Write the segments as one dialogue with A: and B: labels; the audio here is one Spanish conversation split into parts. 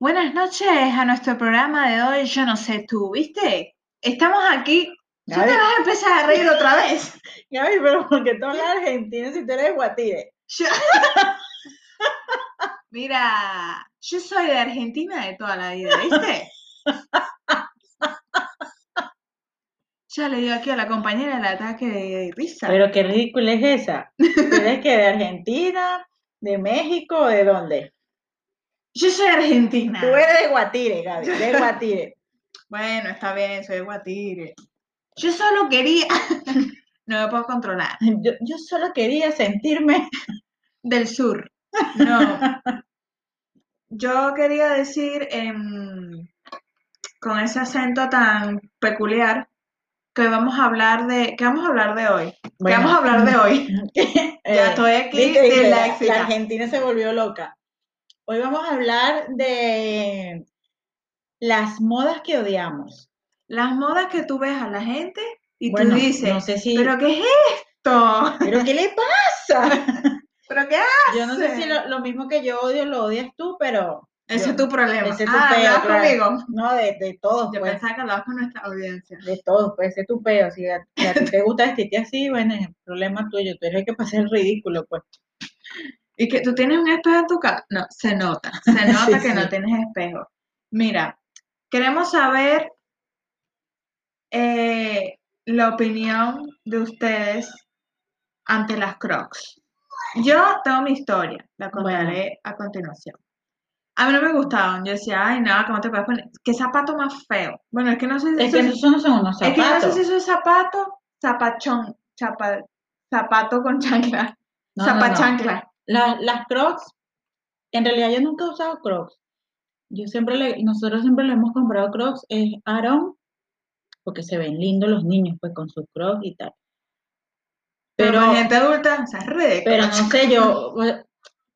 A: Buenas noches a nuestro programa de hoy. Yo no sé, tú, ¿viste? Estamos aquí. Tú te
B: Gaby.
A: vas a empezar a reír otra vez.
B: Gaby, pero porque tú hablas argentino si tú eres de guatire.
A: Yo- Mira, yo soy de Argentina de toda la vida, ¿viste? Ya le digo aquí a la compañera el ataque de risa.
B: Pero qué ridícula es esa. ¿Tienes que de Argentina, de México, de dónde?
A: Yo soy argentina.
B: Tú eres de guatire, Gaby, de guatire.
A: Bueno, está bien, soy de Guatire. Yo solo quería. No me puedo controlar.
B: Yo, yo solo quería sentirme.
A: Del sur. No. Yo quería decir em, con ese acento tan peculiar que vamos a hablar de. ¿Qué vamos a hablar de hoy? ¿Qué vamos a hablar de hoy? ya
B: Eh,
A: estoy aquí
B: viste, viste, la-
A: disléxica.
B: la Argentina se volvió loca. Hoy vamos a hablar de las modas que odiamos.
A: Las modas que tú ves a la gente y
B: Bueno,
A: tú dices,
B: no sé si,
A: ¿pero qué es esto?
B: ¿pero qué le pasa?
A: ¿Pero qué
B: Yo no sé si
A: Sí.
B: lo, lo mismo que yo odio lo odias tú, pero
A: Ese
B: Yo-
A: es tu problema.
B: ese es tu
A: ah,
B: peo,
A: hablabas
B: claro.
A: conmigo.
B: no, de, de todos,
A: Yo
B: pues,
A: pensaba que hablabas con nuestra audiencia.
B: de todos, pues ese es tu peo. Si a, si a ti te gusta vestirte así, bueno, es el problema tuyo, tú eres el que pasa el ridículo, pues.
A: Y que tú tienes un espejo en tu casa. No, se nota. Se nota que no
B: sí.
A: tienes espejo. Mira, queremos saber eh, la opinión de ustedes ante las Crocs. Yo tengo mi historia, la
B: Bueno.
A: contaré a continuación. A mí no me gustaban. Yo decía, ay, no, ¿cómo te puedes poner? ¿Qué zapato más feo? Bueno, es que no sé si
B: Es que
A: eso es-
B: esos no son unos
A: Es que no sé
B: zapatos.
A: si eso es zapato, zapachón, chapa- zapato con chancla,
B: No, no, no.
A: zapachancla.
B: Las, las crocs, en realidad yo nunca he usado crocs. Yo siempre le, nosotros siempre le hemos comprado crocs, es Aaron, porque se ven lindos los niños, pues con sus crocs y tal.
A: Pero
B: Pero-
A: la gente adulta, o sea, re de
B: Pero no
A: crocs.
B: sé, yo, bueno,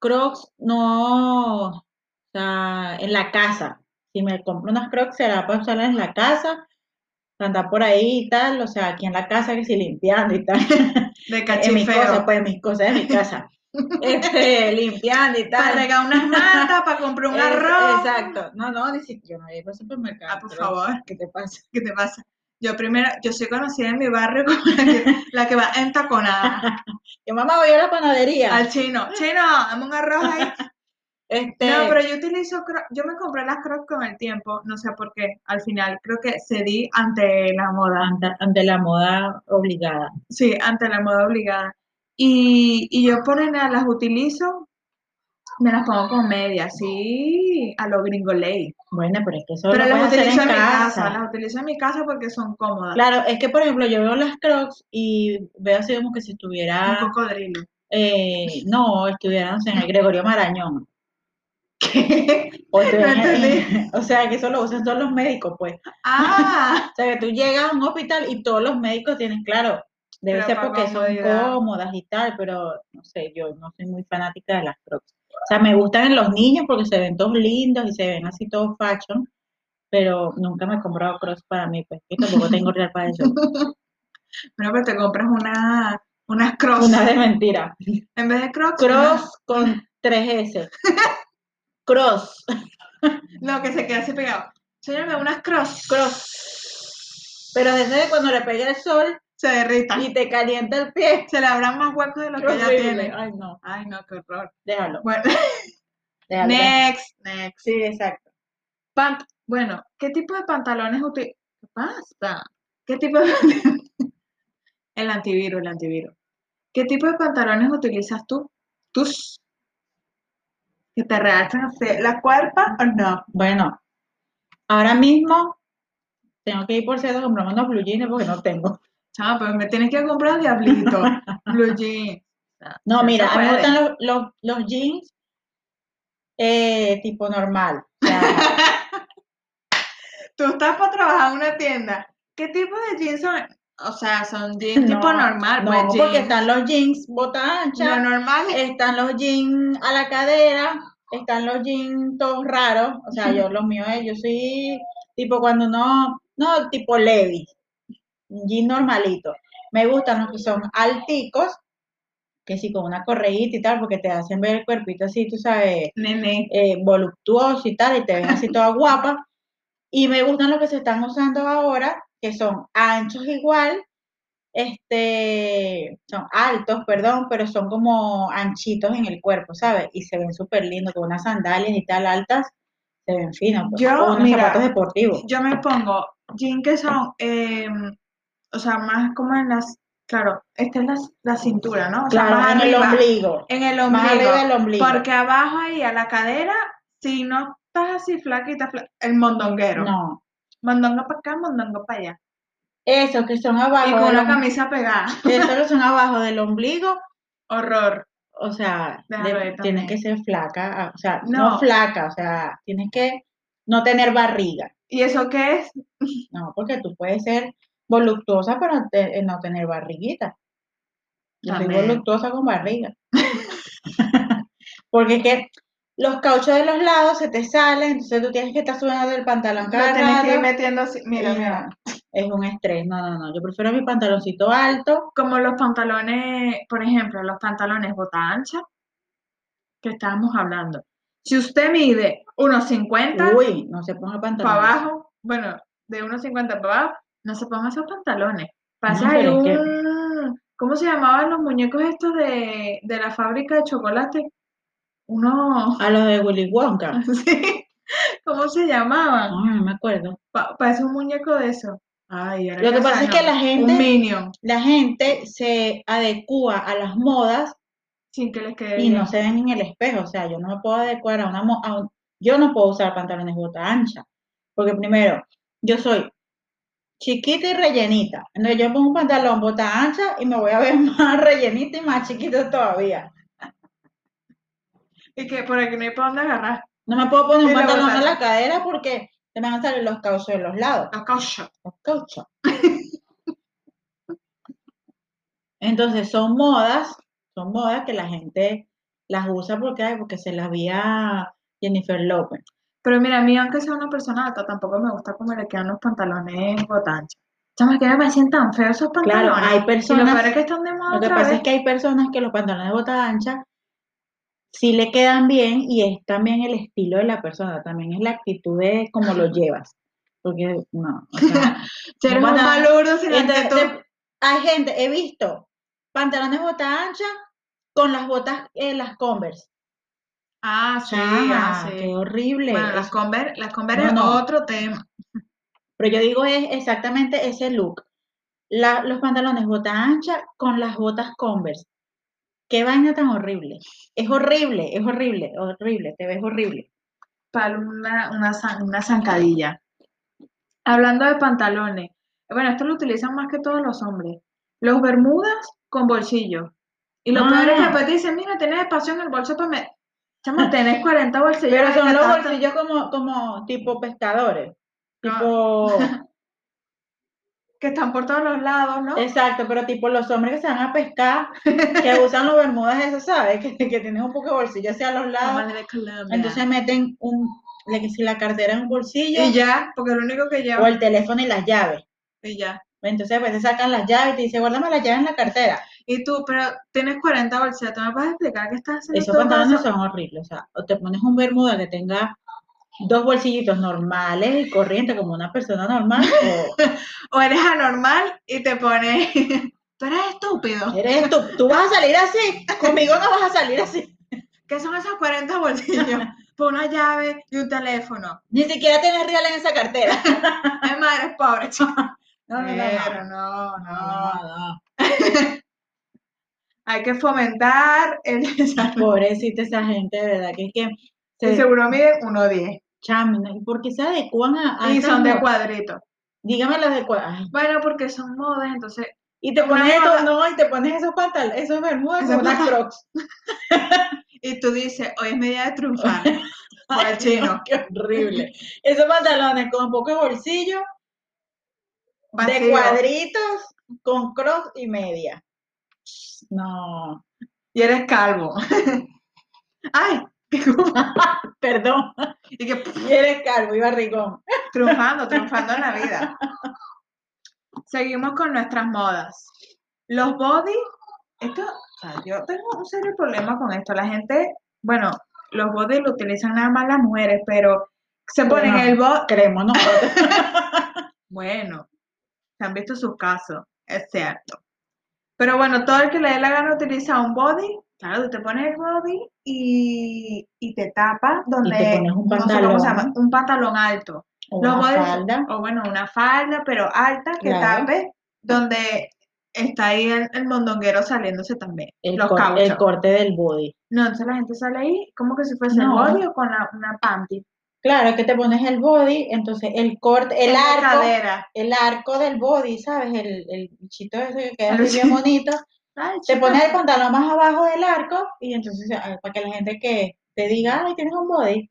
B: Crocs no, o sea, en la casa. Si me compro unas Crocs, será para usarlas en la casa, para andar por ahí y tal, o sea, aquí en la casa que si limpiando y
A: de
B: tal. En mis cosas,
A: cachifeo.
B: pues en mis cosas de mi casa. Este, limpiando y
A: Para
B: tal.
A: regar unas matas, para comprar un
B: Es-
A: arroz.
B: Exacto. No, no, ni si- yo no voy al supermercado.
A: Ah, por
B: Crocs,
A: favor.
B: ¿Qué te pasa?
A: ¿Qué te pasa? Yo primero, yo soy conocida en mi barrio como la que, la que va en taconada
B: Yo mamá voy a la panadería.
A: al chino. Chino, dame un arroz ahí.
B: Este,
A: No, pero yo utilizo, Crocs- yo me compré las crocs con el tiempo, no sé por qué. Al final creo que cedí ante la moda.
B: ante- ante la moda obligada.
A: Sí, ante la moda obligada. Y, y yo por nada las utilizo, me las pongo con media, así a lo gringoley.
B: Bueno, pero es que eso
A: Pero
B: lo
A: las
B: puedes hacer
A: utilizo en
B: en
A: mi casa,
B: casa.
A: las utilizo en mi casa porque son cómodas.
B: Claro, es que por ejemplo yo veo las Crocs y veo así como que si
A: Un
B: estuviera,
A: cocodrilo.
B: eh, no, estuvieran en el Gregorio Marañón. O, estuvieran
A: No
B: en-
A: entendí.
B: o sea, que eso lo usan todos los médicos, pues.
A: Ah,
B: O sea, que tú llegas a un hospital y todos los médicos tienen, claro, debe
A: Pero
B: ser
A: para
B: porque son
A: comodidad.
B: cómodas y tal, pero no sé, yo no soy muy fanática de las Crocs. O sea, me gustan en los niños porque se ven todos lindos y se ven así todos fashion, pero nunca me he comprado Crocs para mí, pues que tampoco tengo real para eso.
A: bueno, pero te compras una, unas crocs.
B: Una de mentira.
A: En vez de crocs, unas-
B: Cross con 3S. Cross.
A: no, que se queda así pegado. Señorme, unas crocs.
B: Cross. Pero desde cuando le pega el sol
A: Se derritan.
B: y te calienta el pie.
A: Se le abran más huecos de lo
B: Ah. Qué
A: que ya
B: horrible.
A: tiene.
B: Ay, no.
A: Ay, no, qué horror.
B: Déjalo.
A: Bueno,
B: déjalo.
A: next, next.
B: Sí, exacto.
A: Pant- bueno, ¿qué tipo de pantalones utilizas? ¿Qué pasa? ¿Qué tipo de El antivirus, el antivirus. ¿Qué tipo de pantalones utilizas tú? ¿Tus? ¿Que te realzan así la cuerpa
B: Ah,
A: o no?
B: Bueno, ahora mismo tengo que ir por cierto a comprarme unos blue jeans porque no tengo.
A: Chama, pues me tienes que comprar diablito. Blue jeans.
B: No,
A: se
B: mira, a mí me
A: puede.
B: gustan los, los- los jeans eh, tipo normal. O sea,
A: Tú estás para trabajar en una tienda. ¿Qué tipo de jeans son? O sea, son jeans tipo
B: No,
A: normal,
B: no,
A: pues
B: porque
A: jeans.
B: están los jeans bota ancha.
A: Lo normal es
B: están los jeans a la cadera, están los jeans todos raros, o sea, yo los míos, eh, yo soy tipo cuando no, no, tipo Levi, un jean normalito. Me gustan los que son alticos, que sí, con una correíta y tal, porque te hacen ver el cuerpito así, tú sabes,
A: Nene.
B: eh, voluptuoso y tal, y te ven así toda guapa. Y me gustan los que se están usando ahora, que son anchos igual, este, son altos, perdón, pero son como anchitos en el cuerpo, ¿sabes? Y se ven súper lindos, con unas sandalias y tal altas, se ven finos, pues,
A: Yo,
B: o unos
A: mira,
B: zapatos deportivos.
A: Yo me pongo jeans que son, eh, o sea, más como en las, claro, esta es la, la cintura, ¿no? O sea,
B: Claro,
A: más
B: en el
A: arriba,
B: ombligo.
A: En el
B: Más
A: ombligo.
B: arriba del ombligo.
A: Porque abajo ahí a la cadera, si no estás así flaquita, fla- el mondonguero.
B: No.
A: Mondongo para acá, mondongo para allá.
B: Esos que son
A: Y
B: abajo.
A: con
B: del
A: la
B: om-
A: camisa pegada.
B: Esos que son abajo del ombligo,
A: Horror.
B: o sea,
A: Déjalo
B: de-
A: ahí
B: tienes
A: también.
B: que ser flaca, ah, o sea, no
A: No.
B: flaca, o sea, tienes que no tener barriga.
A: ¿Y eso qué es?
B: No, porque tú puedes ser voluptuosa, pero te- eh, no tener barriguita. Yo soy
A: También.
B: voluptuosa con barriga. porque es que los cauchos de los lados se te salen, entonces tú tienes que estar subiendo el pantalón
A: Lo
B: cada
A: tenés que ir
B: rato,
A: metiendo así. Mira,
B: y
A: mira.
B: no, Es un estrés. No, no, no. Yo prefiero mi pantaloncito alto.
A: Como los pantalones, por ejemplo, los pantalones bota ancha, que estábamos hablando. Si usted mide 1,50
B: Uy, no se ponga
A: para
B: pantalón.
A: abajo, bueno, de 1,50 para abajo, no se pongan esos pantalones. Pasa
B: No,
A: ahí
B: pero es que-
A: un. ¿Cómo se llamaban los muñecos estos de, de la fábrica de chocolate? Uno.
B: A los de Willy Wonka.
A: Sí. ¿Cómo se llamaban?
B: No, no me acuerdo.
A: Pa- parece un muñeco de eso. Ay, ahora
B: Lo que pasa es
A: sano.
B: que la gente-
A: Un minion,
B: La gente se adecúa a las modas
A: sin que les quede
B: y
A: bien.
B: no se ven en el espejo. O sea, yo no me puedo adecuar a una... mo- a un- yo no puedo usar pantalones bota ancha. Porque primero, yo soy chiquita y rellenita. Entonces yo pongo un pantalón bota ancha y me voy a ver más rellenita y más chiquita todavía.
A: Y que por aquí no hay para dónde agarrar.
B: No me puedo poner
A: Y
B: un
A: la
B: pantalón
A: bota
B: en la cadera porque se me van a salir los cauchos de los lados.
A: Los cauchos.
B: Los cauchos. Entonces son modas, son modas que la gente las usa porque, ay, porque se las vi a Jennifer López.
A: Pero mira, a mí, aunque sea una persona alta, tampoco me gusta cómo le quedan los pantalones botanchos. Chama, que me parecen tan feos esos pantalones.
B: Claro, hay
A: Y lo
B: personas,
A: peor es que están de moda
B: lo que
A: otra
B: pasa
A: vez.
B: es que hay personas que los pantalones de bota ancha sí le quedan bien y es también el estilo de la persona, también es la actitud de cómo lo llevas. Porque no, o sea,
A: Si eres un
B: Bueno,
A: palurdo sin
B: entonces,
A: actitud.
B: te- hay gente, he visto pantalones bota ancha con las botas, eh, las Converse.
A: Ah, sí, ah,
B: Chama,
A: sí.
B: qué horrible.
A: Bueno, las
B: es-
A: Converse, las Converse
B: No,
A: es
B: no.
A: otro tema.
B: Pero yo digo es exactamente ese look. La- los pantalones bota ancha con las botas Converse. Qué vaina tan horrible. Es horrible, es horrible, horrible, te ves horrible.
A: Para una, una, zan- una zancadilla. Hablando de pantalones. Bueno, esto lo utilizan más que todos los hombres. Los bermudas con bolsillo. Y lo
B: Ah.
A: peor es que después te dicen, mira, tienes espacio en el bolso para me... Chama, tenés 40 bolsillos.
B: Pero
A: ahí
B: son
A: que
B: los
A: tanto-
B: bolsillos como, como tipo pescadores.
A: Ah.
B: Tipo,
A: que están por todos los lados, ¿no?
B: exacto, pero tipo los hombres que se van a pescar, que usan los bermudas esos, ¿sabes? Que, que tienen un poco de bolsillo hacia los lados.
A: Cámara de Colombia.
B: Entonces meten un, le- que si la cartera en un bolsillo
A: y ya, porque lo único que
B: o
A: lleva
B: el teléfono y las llaves.
A: y ya.
B: Entonces a veces sacan las llaves y te dicen, guárdame las llaves en la cartera.
A: Y tú, pero tienes 40 bolsillos, ¿tú me vas a explicar qué estás haciendo
B: Esos
A: todo
B: pantalones
A: eso?
B: son horribles. O sea, o te pones un bermuda que tenga dos bolsillitos normales y corrientes como una persona normal,
A: O eres anormal y te pones, tú eres
B: o
A: estúpido.
B: eres tú, tú vas a salir así, conmigo no vas a salir así.
A: ¿Qué son esos 40 bolsillos? Por una llave y un teléfono.
B: Ni siquiera tienes real en esa cartera.
A: Es madre pobre, chico.
B: No, no, no, no.
A: Pero no, no.
B: No,
A: Hay que fomentar el
B: no.
A: desarrollo.
B: Pobrecita esa gente, de verdad, que es que
A: Y
B: se
A: seguro miden 1.10.
B: chamina. ¿Y por qué se adecuan a, a
A: Y
B: esas
A: son de
B: modas?
A: cuadrito.
B: Dígame las de cua- ay,
A: Bueno, porque son modas, entonces
B: Y te
A: Una
B: pones
A: moda.
B: esos, no, y te pones esos pantalones, esos bermudas
A: Esas
B: como unas
A: botas.
B: crocs.
A: Y tú dices, hoy es mi día de triunfar. Al chino.
B: Qué horrible. Esos pantalones con poco bolsillo, de
A: Vacío.
B: cuadritos, con cross y media. No,
A: Y eres calvo. Ay, qué cu-
B: perdón,
A: y que pff,
B: y eres calvo y barrigón.
A: triunfando, triunfando en la vida. Seguimos con nuestras modas. Los body Esto, o sea, yo tengo un serio problema con esto. La gente, bueno, los bodies lo utilizan nada más las mujeres, pero se ponen
B: Bueno,
A: el bot.
B: Creemos nosotros.
A: Bueno, se han visto sus casos, es cierto. Pero bueno, todo el que le dé la gana utiliza un body. Claro, tú te pones el body y, y te tapas donde
B: pones un
A: no sé cómo se
B: pantalón.
A: llama, un pantalón alto.
B: O
A: Los
B: una
A: bodies-
B: falda.
A: O bueno, una falda, pero alta que
B: Claro.
A: tape donde está ahí el, el mondonguero saliéndose también.
B: El,
A: los
B: cor- el
A: cauchos.
B: corte del body.
A: No, entonces la gente sale ahí como que si fuese
B: No.
A: el body o con la- una panty.
B: Claro, es que te pones el body, entonces el corte, el
A: En la
B: arco,
A: cadera.
B: el arco del body, ¿sabes? El, el bichito ese que queda
A: El
B: así bien
A: bichito.
B: bonito.
A: Ay,
B: Te
A: chica,
B: pones el pantalón más abajo del arco y entonces ah, para que la gente que te diga, ay, tienes un body.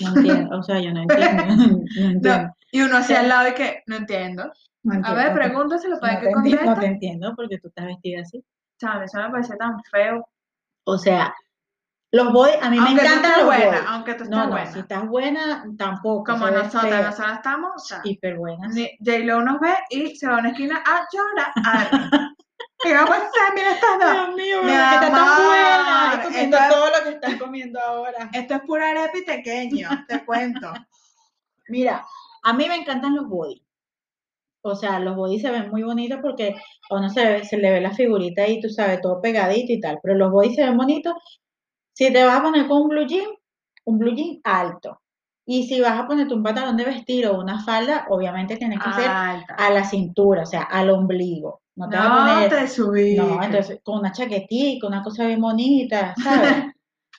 B: No entiendo, o sea, yo no entiendo. No entiendo.
A: Y uno hacia el lado y que, no entiendo.
B: no
A: A
B: entiendo,
A: ver,
B: no te-
A: pregúntaselo para
B: no
A: que
B: te enti- No te
A: conteste.
B: entiendo porque tú estás vestida así.
A: Chame, eso me parece tan feo.
B: O sea, los body, a mí
A: Aunque
B: me
A: tú
B: encantan
A: estés
B: los
A: buena,
B: body.
A: aunque tú
B: No,
A: estés
B: no,
A: buena.
B: si estás buena, tampoco.
A: Como
B: se ve
A: nosotras,
B: feo.
A: nosotras estamos, o sea,
B: Hiper buenas.
A: ni- J-Lo nos ve y se va a una esquina a llorar. Arre. ¿Qué va a pasar? Mira estas dos.
B: Dios mío,
A: Mi
B: ¿verdad que está tan
A: amor,
B: buena. Y comiendo
A: esto es-
B: todo lo que están comiendo ahora.
A: Esto es pura arepa y pequeño, te cuento.
B: Mira, a mí me encantan los body. O sea, los body se ven muy bonitos porque a uno se, ve- se le ve la figurita ahí, tú sabes, todo pegadito y tal. Pero los body se ven bonitos. Si te vas a poner con un blue jean, un blue jean alto. Y si vas a ponerte un pantalón de vestir o una falda, obviamente tienes que hacer
A: Alta.
B: a la cintura, o sea, al ombligo. No te vas a
A: ah, No
B: poner.
A: te subí.
B: No, entonces, con una chaquetita, una cosa bien bonita, ¿sabes?
A: Aquí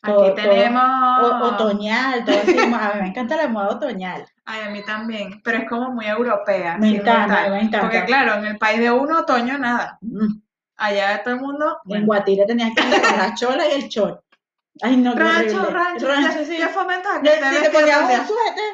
B: todo- todo-
A: tenemos.
B: O- otoñal, todo así, mo- a mí me encanta la moda otoñal.
A: Ay, a mí también, pero es como muy europea.
B: Me
A: sí,
B: encanta, me encanta.
A: Porque claro, en el país de uno, otoño, nada.
B: Mm,
A: Allá todo el mundo.
B: En Guatire tenías que ir con la chola y el short. Ay, no, qué
A: rancho,
B: horrible.
A: rancho,
B: rancho,
A: ¿qué-
B: sí.
A: ¿Qué fomentas a que
B: Le-
A: te
B: si te
A: vestir
B: ponías
A: también?
B: un suéter.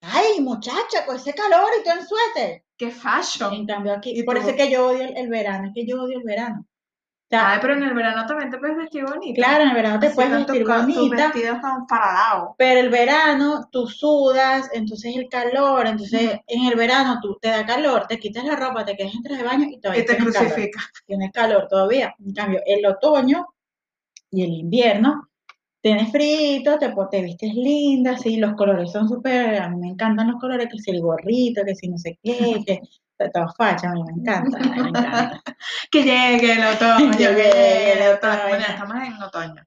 B: Ay, muchacha, con ese calor y tú en suéter.
A: ¡Qué fashion!
B: En cambio aquí,
A: Y
B: por
A: tú-
B: eso es que yo odio el, el verano, es que yo odio el verano. O sea,
A: Ay, pero en el verano también te puedes vestir bonita.
B: claro, en el verano te
A: Así
B: puedes
A: con tu
B: vestir
A: co- tus
B: bonita,
A: vestidos tan paralados.
B: Pero el verano tú sudas, entonces el calor, entonces en el verano tú te da calor, te quitas la ropa, te quedas en traje de baño y todavía
A: Y te
B: tienes calor,
A: crucifica.
B: tienes calor todavía. En cambio, el otoño y el invierno tienes frío, te, po- te vistes linda, sí, los colores son súper, a mí me encantan los colores, que si el gorrito, que si no sé qué, que todo facha, a mí me encanta, me encanta.
A: Que llegue el otoño.
B: Que llegue el otoño.
A: Bueno, estamos en otoño.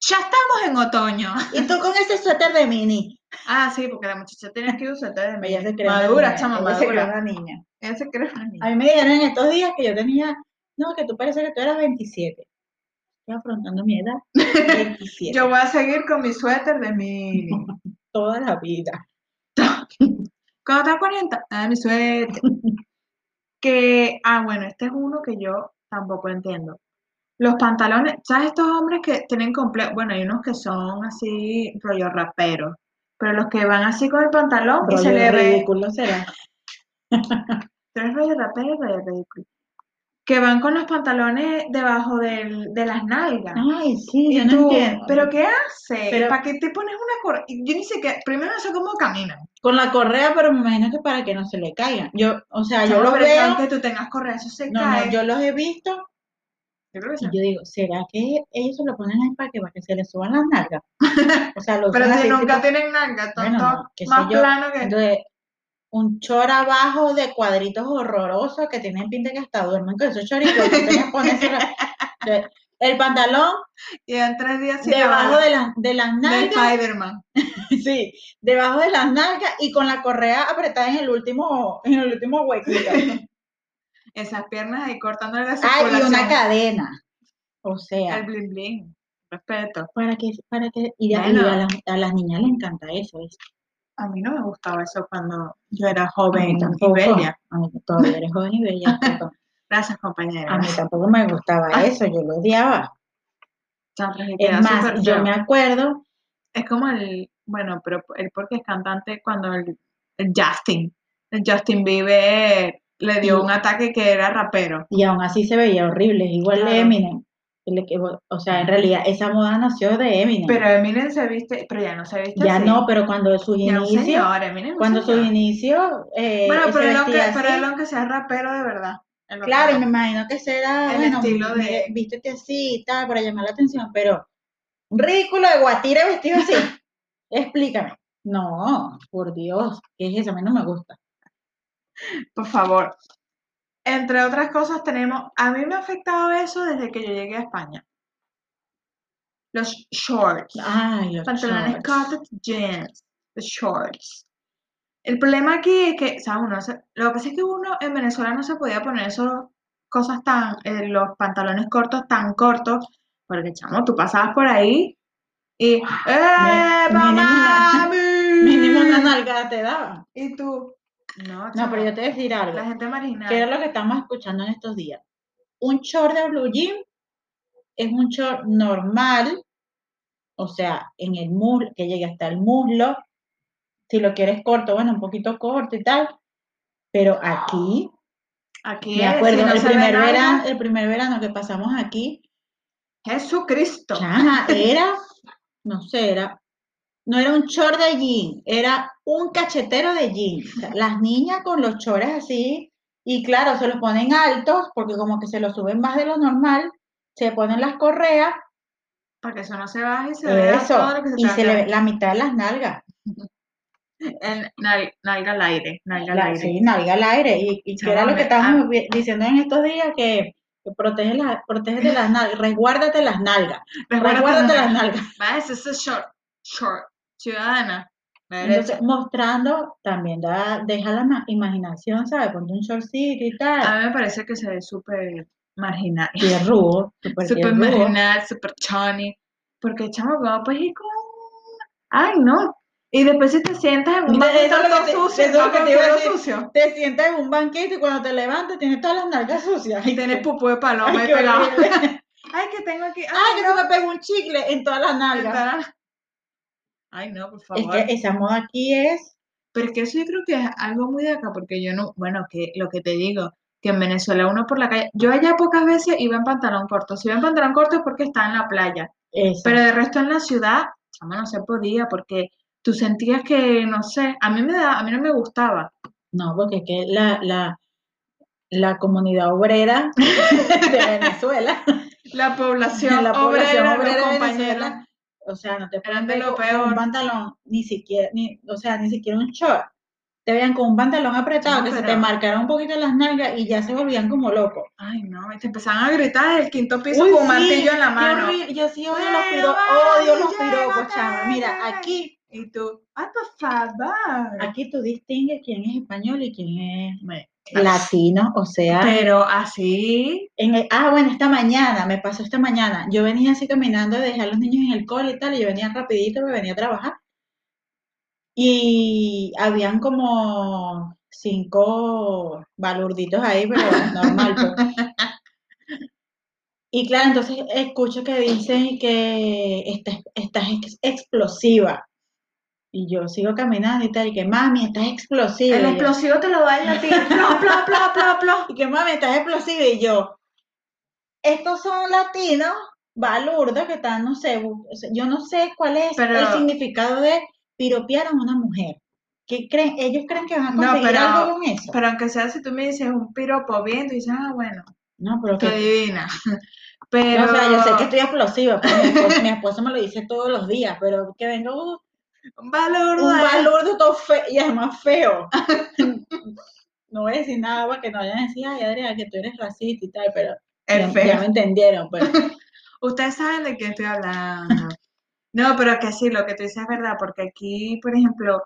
A: Ya estamos en otoño.
B: Y tú con ese suéter de mini,
A: Ah, sí, porque la muchacha tiene que usar de
B: ella se cree una
A: Madura,
B: niña,
A: chama,
B: ella se cree
A: madura.
B: una niña.
A: Ella se cree una niña.
B: A mí me dijeron en estos días que yo tenía, no, que tú parece que tú eras 27. Estoy afrontando mi edad. 27.
A: Yo voy a seguir con mi suéter de mi...
B: toda la vida.
A: Cuando tengo 40, ah, mi suéter. que, ah, bueno, este es uno que yo tampoco entiendo. Los pantalones, ¿sabes estos hombres que tienen complejo? Bueno, hay unos que son así, rollo raperos, pero los que van así con el pantalón y se
B: Rollo
A: le ve,
B: ridículo será.
A: pero es rollo rapero, rollo ridículo. Que van con los pantalones debajo del- de las nalgas.
B: Ay, sí,
A: Y
B: Ah, yo no
A: tú,
B: entiendo.
A: ¿pero qué hace?
B: Pero-
A: ¿Para qué te pones una cor... Yo ni sé qué, primero no sé cómo caminan.
B: Con la correa, pero me imagino que para que no se le caigan. Yo, o sea, Ah, yo los
A: Pero
B: veo.
A: aunque tú tengas correa, eso se
B: No,
A: cae.
B: no, yo los he visto
A: Yo creo que sí.
B: y yo digo, ¿será que ellos se lo ponen ahí para que, para que se les suban las nalgas? O sea, los
A: Pero
B: usan
A: si
B: así,
A: nunca
B: tipo-
A: tienen nalga,
B: Bueno,
A: tonto,
B: no, qué sé
A: más
B: yo.
A: plano que...
B: Entonces, un chor abajo de cuadritos horrorosos que tienen pinta que hasta duermen con esos choritos. el pantalón
A: Y en tres días sin
B: debajo
A: lavar.
B: de, las de las
A: de
B: nalgas,
A: Spider-Man.
B: sí, debajo de las nalgas y con la correa apretada en el último, en el último huequito.
A: Esas piernas ahí cortando la
B: Ah, y
A: circulación.
B: una cadena. O sea,
A: El bling bling. Respeto.
B: para que, para que, y, a- y
A: Bueno.
B: a, las, a las niñas les encanta eso, ¿viste?
A: A mí no me gustaba eso cuando yo era joven y
B: Tampoco.
A: bella.
B: A mí todavía eres joven y bella. tampoco.
A: Gracias,
B: A
A: compañera.
B: mí tampoco me gustaba
A: Ah.
B: eso, yo lo odiaba.
A: Chanfras, y queda
B: Es más,
A: súper
B: yo
A: feo.
B: me acuerdo,
A: Es como el, bueno, pero él porque es cantante cuando el, el Justin, el Justin Bieber le dio
B: Sí.
A: un ataque que era rapero.
B: y aún así se veía horrible, es igual
A: Claro.
B: de Eminem. El que- O sea, en realidad esa moda nació de Eminem.
A: Pero Eminem se viste, pero ya no se viste
B: ya
A: así.
B: no, pero cuando sus
A: Ya un
B: inicios,
A: señor, Eminem es un
B: cuando sus
A: señor.
B: inicios, eh,
A: Bueno,
B: se
A: pero él, aunque,
B: vestía
A: pero él
B: así,
A: aunque sea rapero de verdad. el
B: Claro, y me
A: rock'n'roll.
B: imagino que será,
A: El
B: bueno,
A: estilo de-
B: mire, vístete así y tal, para llamar la atención, pero un ridículo de guatire vestido así. Explícame. No, por Dios, ¿qué es eso? A mí no me gusta.
A: Por favor. Entre otras cosas tenemos, a mí me ha afectado eso desde que yo llegué a España. Los shorts.
B: Ay, los
A: pantalones
B: shorts.
A: cortos, jeans, los shorts. El problema aquí es que, ¿sabes? Uno, se- lo que pasa es que uno en Venezuela no se podía poner esas cosas tan, eh, los pantalones cortos tan cortos, porque, chamo, tú pasabas por ahí y, ¡eh,
B: mínimo una-
A: mami!
B: Mínimo una nalgada te daban.
A: Y tú, no,
B: No, pero
A: chamo,
B: yo te voy a decir algo.
A: la gente marginal.
B: que era lo que estamos escuchando en estos días. Un short de blue jean es un short normal, o sea, en el muslo, que llegue hasta el muslo. Si lo quieres corto, bueno, un poquito corto y tal. Pero aquí,
A: Aquí
B: me
A: es,
B: acuerdo,
A: si no
B: el,
A: se ve
B: primer
A: nada,
B: verano, el primer verano que pasamos aquí,
A: Jesucristo.
B: ajá, era, no sé, era, no era un short de jean, era un cachetero de jean. O sea, las niñas con los chores así, y claro, se los ponen altos, porque como que se los suben más de lo normal, se ponen las correas,
A: Para que eso no se baje y se vea
B: eso,
A: todo lo que se
B: y
A: está
B: se le ve la mitad de las nalgas,
A: en nal- nalga al aire, nalga al
B: la-
A: aire. ah.
B: sí, nalga al aire, y, y que era
A: Chama,
B: lo que
A: me-
B: estábamos vi- diciendo en estos días, que, que protege las, protégete las nalgas, resguárdate las nalgas, resguárdate las nalgas.
A: ¿Ves? Ese es short, short, ciudadana. La derecha.
B: Entonces, mostrando también, da, deja la ma- imaginación, ¿sabes? Ponte un shortcito y
A: A
B: tal.
A: mí me parece que se ve súper marginal.
B: Pierrudo, súper
A: Súper
B: pierrudo.
A: marginal, súper choni. Porque, chamo, pues, ¿cómo puedes ir con...? Ay, no. Y después si te sientas en un
B: Mira,
A: banquito
B: eso es lo que
A: todo
B: te-
A: sucio,
B: eso es lo
A: todo
B: que te
A: con
B: iba a
A: cuero
B: decir.
A: sucio.
B: Te sientas en un banquete y cuando te levantas tienes todas las nalgas sucias.
A: Y tenés pupú de paloma
B: Ay,
A: y
B: qué
A: pelado.
B: horrible.
A: Ay, que tengo aquí...
B: Ay,
A: Ay,
B: que se me pegó un chicle en todas las
A: no,
B: nalgas.
A: Ay, no, por
B: Es
A: favor.
B: que esa moda aquí es...
A: Pero es que eso yo creo que es algo muy de acá, porque yo no, bueno, que lo que te digo, que en Venezuela uno por la calle, yo allá pocas veces iba en pantalón corto, si iba en pantalón corto es porque estaba en la playa,
B: eso.
A: pero de resto en la ciudad, chama, no se podía, porque tú sentías que, no sé, a mí me da, a mí no me gustaba.
B: No, porque es que la, la, la comunidad obrera de Venezuela...
A: La
B: en
A: población,
B: la población
A: obrera, los
B: obrera de
A: compañeros,
B: Venezuela, o sea, no te
A: Eran
B: ponen
A: de lo
B: un
A: peor.
B: pantalón, ni siquiera, ni, o sea, ni siquiera un short. Te veían con un pantalón apretado,
A: No,
B: que se te
A: pero-
B: marcaron un poquito las nalgas y ya se volvían como locos.
A: ay no, y te empezaban a gritar del quinto piso
B: Uy,
A: con un
B: sí,
A: martillo en la
B: qué
A: mano.
B: horrible. Yo sí odio los
A: Pero
B: piropos,
A: vale,
B: odio los
A: llégate.
B: piropos, chama. Mira, aquí,
A: Y tú, ay, por favor.
B: aquí tú distingues quién es español y quién
A: Me-
B: es latino, o sea,
A: Pero así,
B: En el- ah, bueno, esta mañana, me pasó esta mañana. Yo venía así caminando, dejé a los niños en el cole y tal, y yo venía rapidito, me venía a trabajar. Y habían como cinco balurditos ahí, pero normal. pues. Y claro, entonces escucho que dicen que estás, estás ex- explosiva. Y yo sigo caminando y tal, y que mami, estás explosiva.
A: el
B: Y yo,
A: explosivo te lo da el latín. Plop, plop, plop, plop, plop.
B: y que mami, estás explosiva. Y yo, estos son latinos balurdos que están, no sé, bu- o sea, yo no sé cuál es el
A: Pero-
B: significado de piropear a una mujer. ¿Qué creen? ¿Ellos creen que van a
A: No,
B: conseguir
A: pero-
B: algo con eso?
A: Pero aunque sea, si tú me dices un piropo bien, tú dices, ah, bueno,
B: no, pero
A: qué
B: que-
A: divina.
B: no,
A: Pero,
B: o sea, yo sé que estoy explosiva, pues, mi, esposo, mi esposo me lo dice todos los días, pero que venga un,
A: un valor,
B: un
A: de-
B: balurdo todo feo y además feo. no voy a decir nada para que no vayan a decir, ay, Adriana, que tú eres racista y tal, pero
A: es
B: ya, ya
A: feo.
B: me entendieron. Pues.
A: Ustedes saben de quién estoy hablando. No, pero que sí, lo que tú dices es verdad, porque aquí, por ejemplo,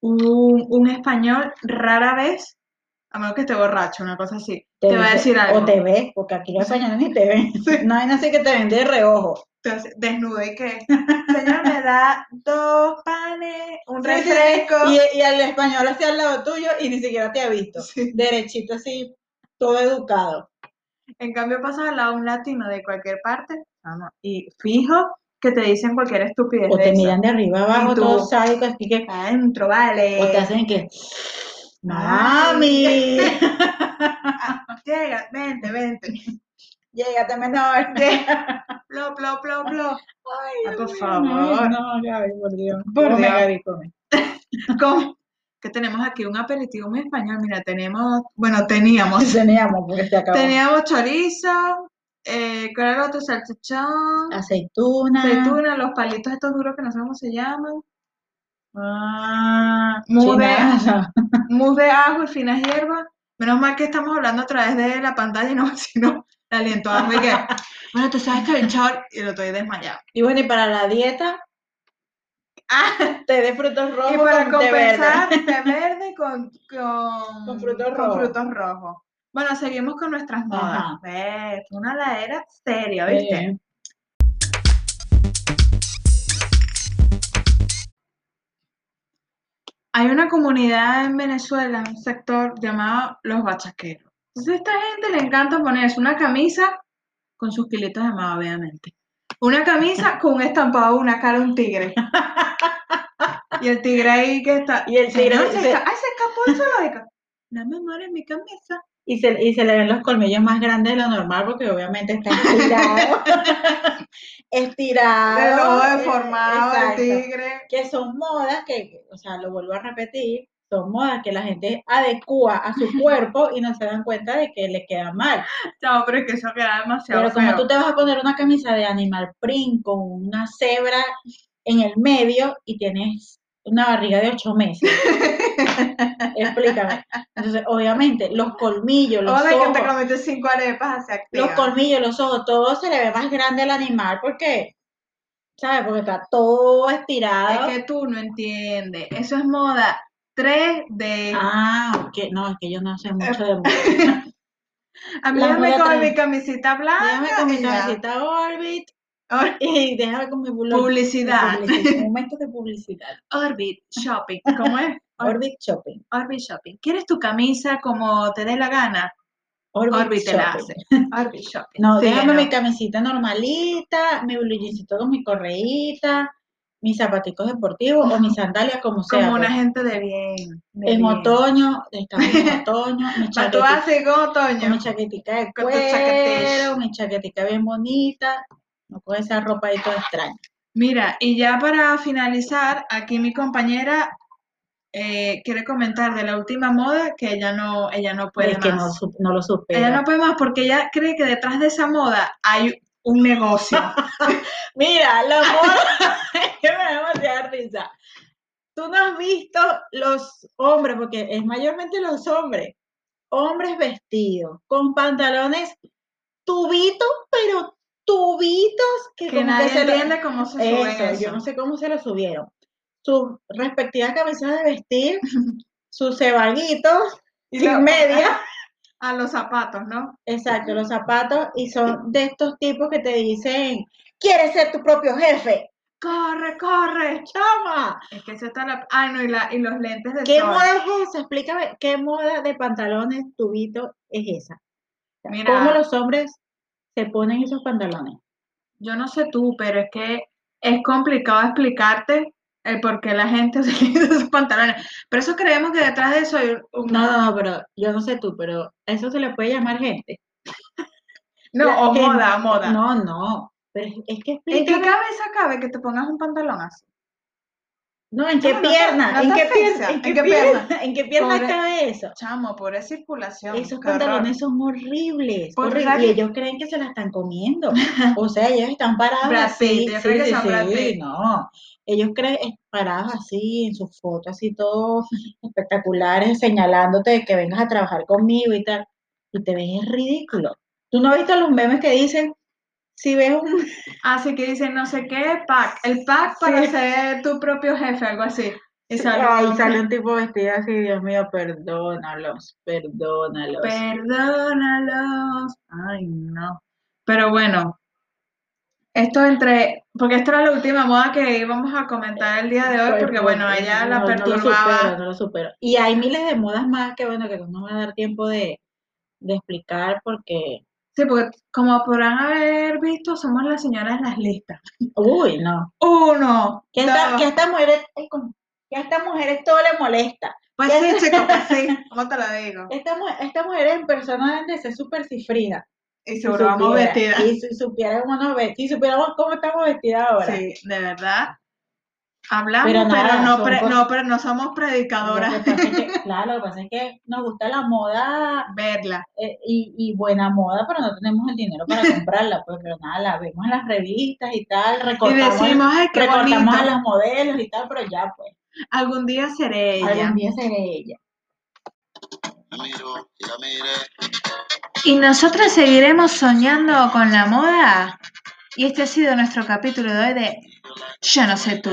A: un, un español rara vez, a menos que esté borracho, una cosa así, te, va a
B: dice-
A: decir algo.
B: O te ves, porque aquí los españoles ni te ven. No hay nada así que te ven de reojo.
A: Entonces, desnudo y que, señor, me da dos panes, un
B: Sí, sí, sí.
A: refresco.
B: Y, y el español hacia al lado tuyo y ni siquiera te ha visto.
A: Sí.
B: Derechito así, todo educado.
A: En cambio, pasas al lado de un latino de cualquier parte, vamos, y fijo que te dicen cualquier estupidez.
B: O
A: de
B: te
A: esa.
B: miran de arriba abajo,
A: Y tú-
B: todo sádico, así que.
A: Pa' Adentro, vale.
B: O te hacen que. ¡Mami!
A: Llega, vente, vente.
B: Llégate menor.
A: Plo, plo, plo, plo.
B: Ay,
A: Ah, por
B: Dios mío,
A: favor.
B: No, Gaby, por Dios.
A: Por
B: Come,
A: Dios.
B: Gaby, come.
A: Come, que tenemos aquí un aperitivo muy español. Mira, tenemos, bueno, teníamos,
B: Teníamos, porque se acabó.
A: teníamos chorizo, eh, ¿cuál era el otro? Salchichón,
B: Aceituna.
A: aceituna, los palitos estos duros que no sé cómo se llaman,
B: Ah,
A: Mudé.
B: chinaza.
A: mousse de ajo y finas hierbas. Menos mal que estamos hablando a través de la pantalla y no, sino la aliento ajo y que, bueno, tú sabes que el chor, y lo estoy desmayado.
B: Y bueno, y para la dieta,
A: Ah,
B: te de frutos rojos
A: y para
B: con té
A: compensar,
B: verde.
A: té verde con, con,
B: Con frutos
A: con
B: rojos.
A: frutos rojos. Bueno, seguimos con nuestras modas.
B: Ajá.
A: Ves, una ladera seria, ¿viste?
B: Sí.
A: hay una comunidad en Venezuela, un sector llamado los bachaqueros. Entonces a esta gente le encanta ponerse una camisa con sus kilitos de más, obviamente. Una camisa con un estampado, una cara de un tigre. Y el tigre ahí que está...
B: Y el tigre
A: Señor, se
B: se-
A: esca- ¡Ay, se escapó el zoológico! No me mueres mi camisa.
B: Y se, y se le ven los colmillos más grandes de lo normal porque obviamente está estirado.
A: El
B: estirado.
A: lobo
B: eh,
A: deformado, el
B: exacto.
A: tigre.
B: que son modas que, o sea, lo vuelvo a repetir, son modas que la gente adecua a su cuerpo y no se dan cuenta de que le queda mal.
A: Chao, pero es que eso queda demasiado
B: Pero como
A: feo.
B: tú te vas a poner una camisa de animal print con una cebra en el medio y tienes una barriga de ocho meses. Explícame. Entonces, obviamente, los colmillos, los
A: Hola, que te
B: ojos,
A: comiste cinco arepas, se activa.
B: los colmillos, los ojos, todo se le ve más grande al animal porque, ¿sabes? Porque está todo
A: Es
B: estirado.
A: que tú no entiendes. Eso es moda 3D.
B: Ah, ok. No, es que yo no sé mucho de moda.
A: a mí
B: la
A: déjame
B: moda
A: con
B: 3D.
A: mi camisita blanca.
B: Déjame con mi
A: y ya.
B: camiseta Orbit
A: Or-
B: y déjame con mi blog.
A: publicidad.
B: Publicidad. Momentos de publicidad.
A: Orbit Shopping. ¿Cómo es? Or-
B: Orbit Shopping.
A: Orbit Shopping. ¿Quieres tu camisa como te dé la gana?
B: Orbit,
A: Orbit te la
B: Shopping.
A: hace. Orbit Shopping.
B: No,
A: Sí,
B: déjame
A: no.
B: mi camisita normalita, mi blue jeansito con mi correíta, mis zapaticos deportivos o mis sandalias, como sea.
A: Como una
B: pues.
A: gente de bien. de
B: En
A: bien.
B: otoño, estamos en otoño, mi
A: Pa' tú
B: chaquetica,
A: haces con
B: con mi
A: otoño.
B: chaquetica de
A: Con tu chaquetilla.
B: cuero, mi chaquetica bien bonita, no con esa ropa ahí toda extraña.
A: Mira, y ya para finalizar, aquí mi compañera eh, quiere comentar de la última moda que ella no, ella no puede
B: es que no,
A: Pues más.
B: su- no lo supera.
A: Ella no puede más porque ella cree que detrás de esa moda hay un negocio.
B: Mira, la moda es que me da demasiada risa. Tú no has visto los hombres, porque es mayormente los hombres, hombres vestidos, con pantalones tubitos, pero tubitos que,
A: que
B: como
A: nadie
B: se lo-
A: entiende cómo se sube
B: Eso, yo no
A: eso.
B: sé cómo se lo subieron. Sus respectivas camisas de vestir, sus cebaguitos,
A: Y
B: sin
A: lo-
B: media.
A: A los zapatos, ¿no?
B: Exacto, los zapatos y son de estos tipos que te dicen, ¿quieres ser tu propio jefe?
A: ¡Corre, corre!
B: ¡Chama!
A: Es que eso está la... Ah, no, y, la- y los lentes de
B: ¿Qué
A: sol.
B: moda es esa? Explícame, ¿qué moda de pantalones tubito es esa?
A: Mira.
B: ¿Cómo los hombres se ponen esos pantalones?
A: Yo no sé tú, pero es que es complicado explicarte el por qué la gente se quita esos pantalones. Pero eso creemos que detrás de eso hay un... un-
B: No, no, no, pero yo no sé tú, pero ¿a eso se le puede llamar gente.
A: No,
B: La-
A: o
B: que-
A: moda, moda.
B: No, no, pero es, es que
A: ¿En qué
B: explícame.
A: cabeza cabe que te pongas un pantalón así?
B: No, ¿en qué
A: no, no te-
B: pierna?
A: no
B: ¿En,
A: te
B: qué
A: asfixia,
B: pierna ¿En qué pierna? ¿En qué pierna
A: Pobre-
B: está eso?
A: Chamo, por esa circulación.
B: Esos
A: qué horror.
B: pantalones son horribles,
A: Por
B: horribles,
A: usar-
B: Y ellos creen que se la están comiendo. O sea, ellos están parados
A: Brad
B: así.
A: Pitt, yo creo que son Brad Pitt.
B: no. Ellos creen eh, parados así en sus fotos, así todos espectaculares, señalándote de que vengas a trabajar conmigo y tal. Y te ves ridículo. ¿Tú no has visto los memes que dicen? Si ves un.
A: Así que dicen no sé qué pack. El pack para
B: Sí.
A: ser tu propio jefe, algo así. Y sale un
B: Ay,
A: hombre,
B: sale un tipo vestido así, Dios mío, perdónalos, perdónalos.
A: Perdónalos. Ay, no. Pero bueno, esto entre. Porque esta era la última moda que íbamos a comentar el día de hoy,
B: Pues,
A: porque bueno,
B: pues,
A: ella
B: no,
A: la
B: No lo
A: perturbaba.
B: supero, no lo supero. Y hay miles de modas más que, bueno, que no me va a dar tiempo de, de explicar porque,
A: Sí, porque como podrán haber visto, somos las señoras las listas.
B: uy, no.
A: Uno,
B: Que esta,
A: dos.
B: que esta mujer, es- es como- que a esta mujer es todo le molesta.
A: Pues sí, chicos, pues sí. ¿Cómo te lo digo?
B: Esta, mu- esta mujer en persona de ser súper cifrina.
A: Y
B: si
A: seguro vamos
B: supiera,
A: vestidas.
B: Y si supiéramos, nos ve- si supiéramos cómo estamos vestidas ahora.
A: Sí, de verdad. Hablamos,
B: Pero
A: pero,
B: nada, son
A: no, pre-
B: cosas-
A: no, pero no somos
B: Lo
A: predicadoras
B: que pasa es que, claro, lo que pasa es que nos gusta la moda
A: verla.
B: eh, y, y buena moda, pero no tenemos el dinero para comprarla, pues, pero nada, la vemos en las revistas y tal,
A: Y
B: recortamos,
A: decimos, ay, qué
B: recortamos
A: bonito.
B: a las modelos y tal, pero ya, pues,
A: Algún día seré ella.
B: algún día seré ella.
C: miro y la miré.
A: Y nosotros seguiremos soñando con la moda. Y este ha sido nuestro capítulo de hoy de Yo no sé tú.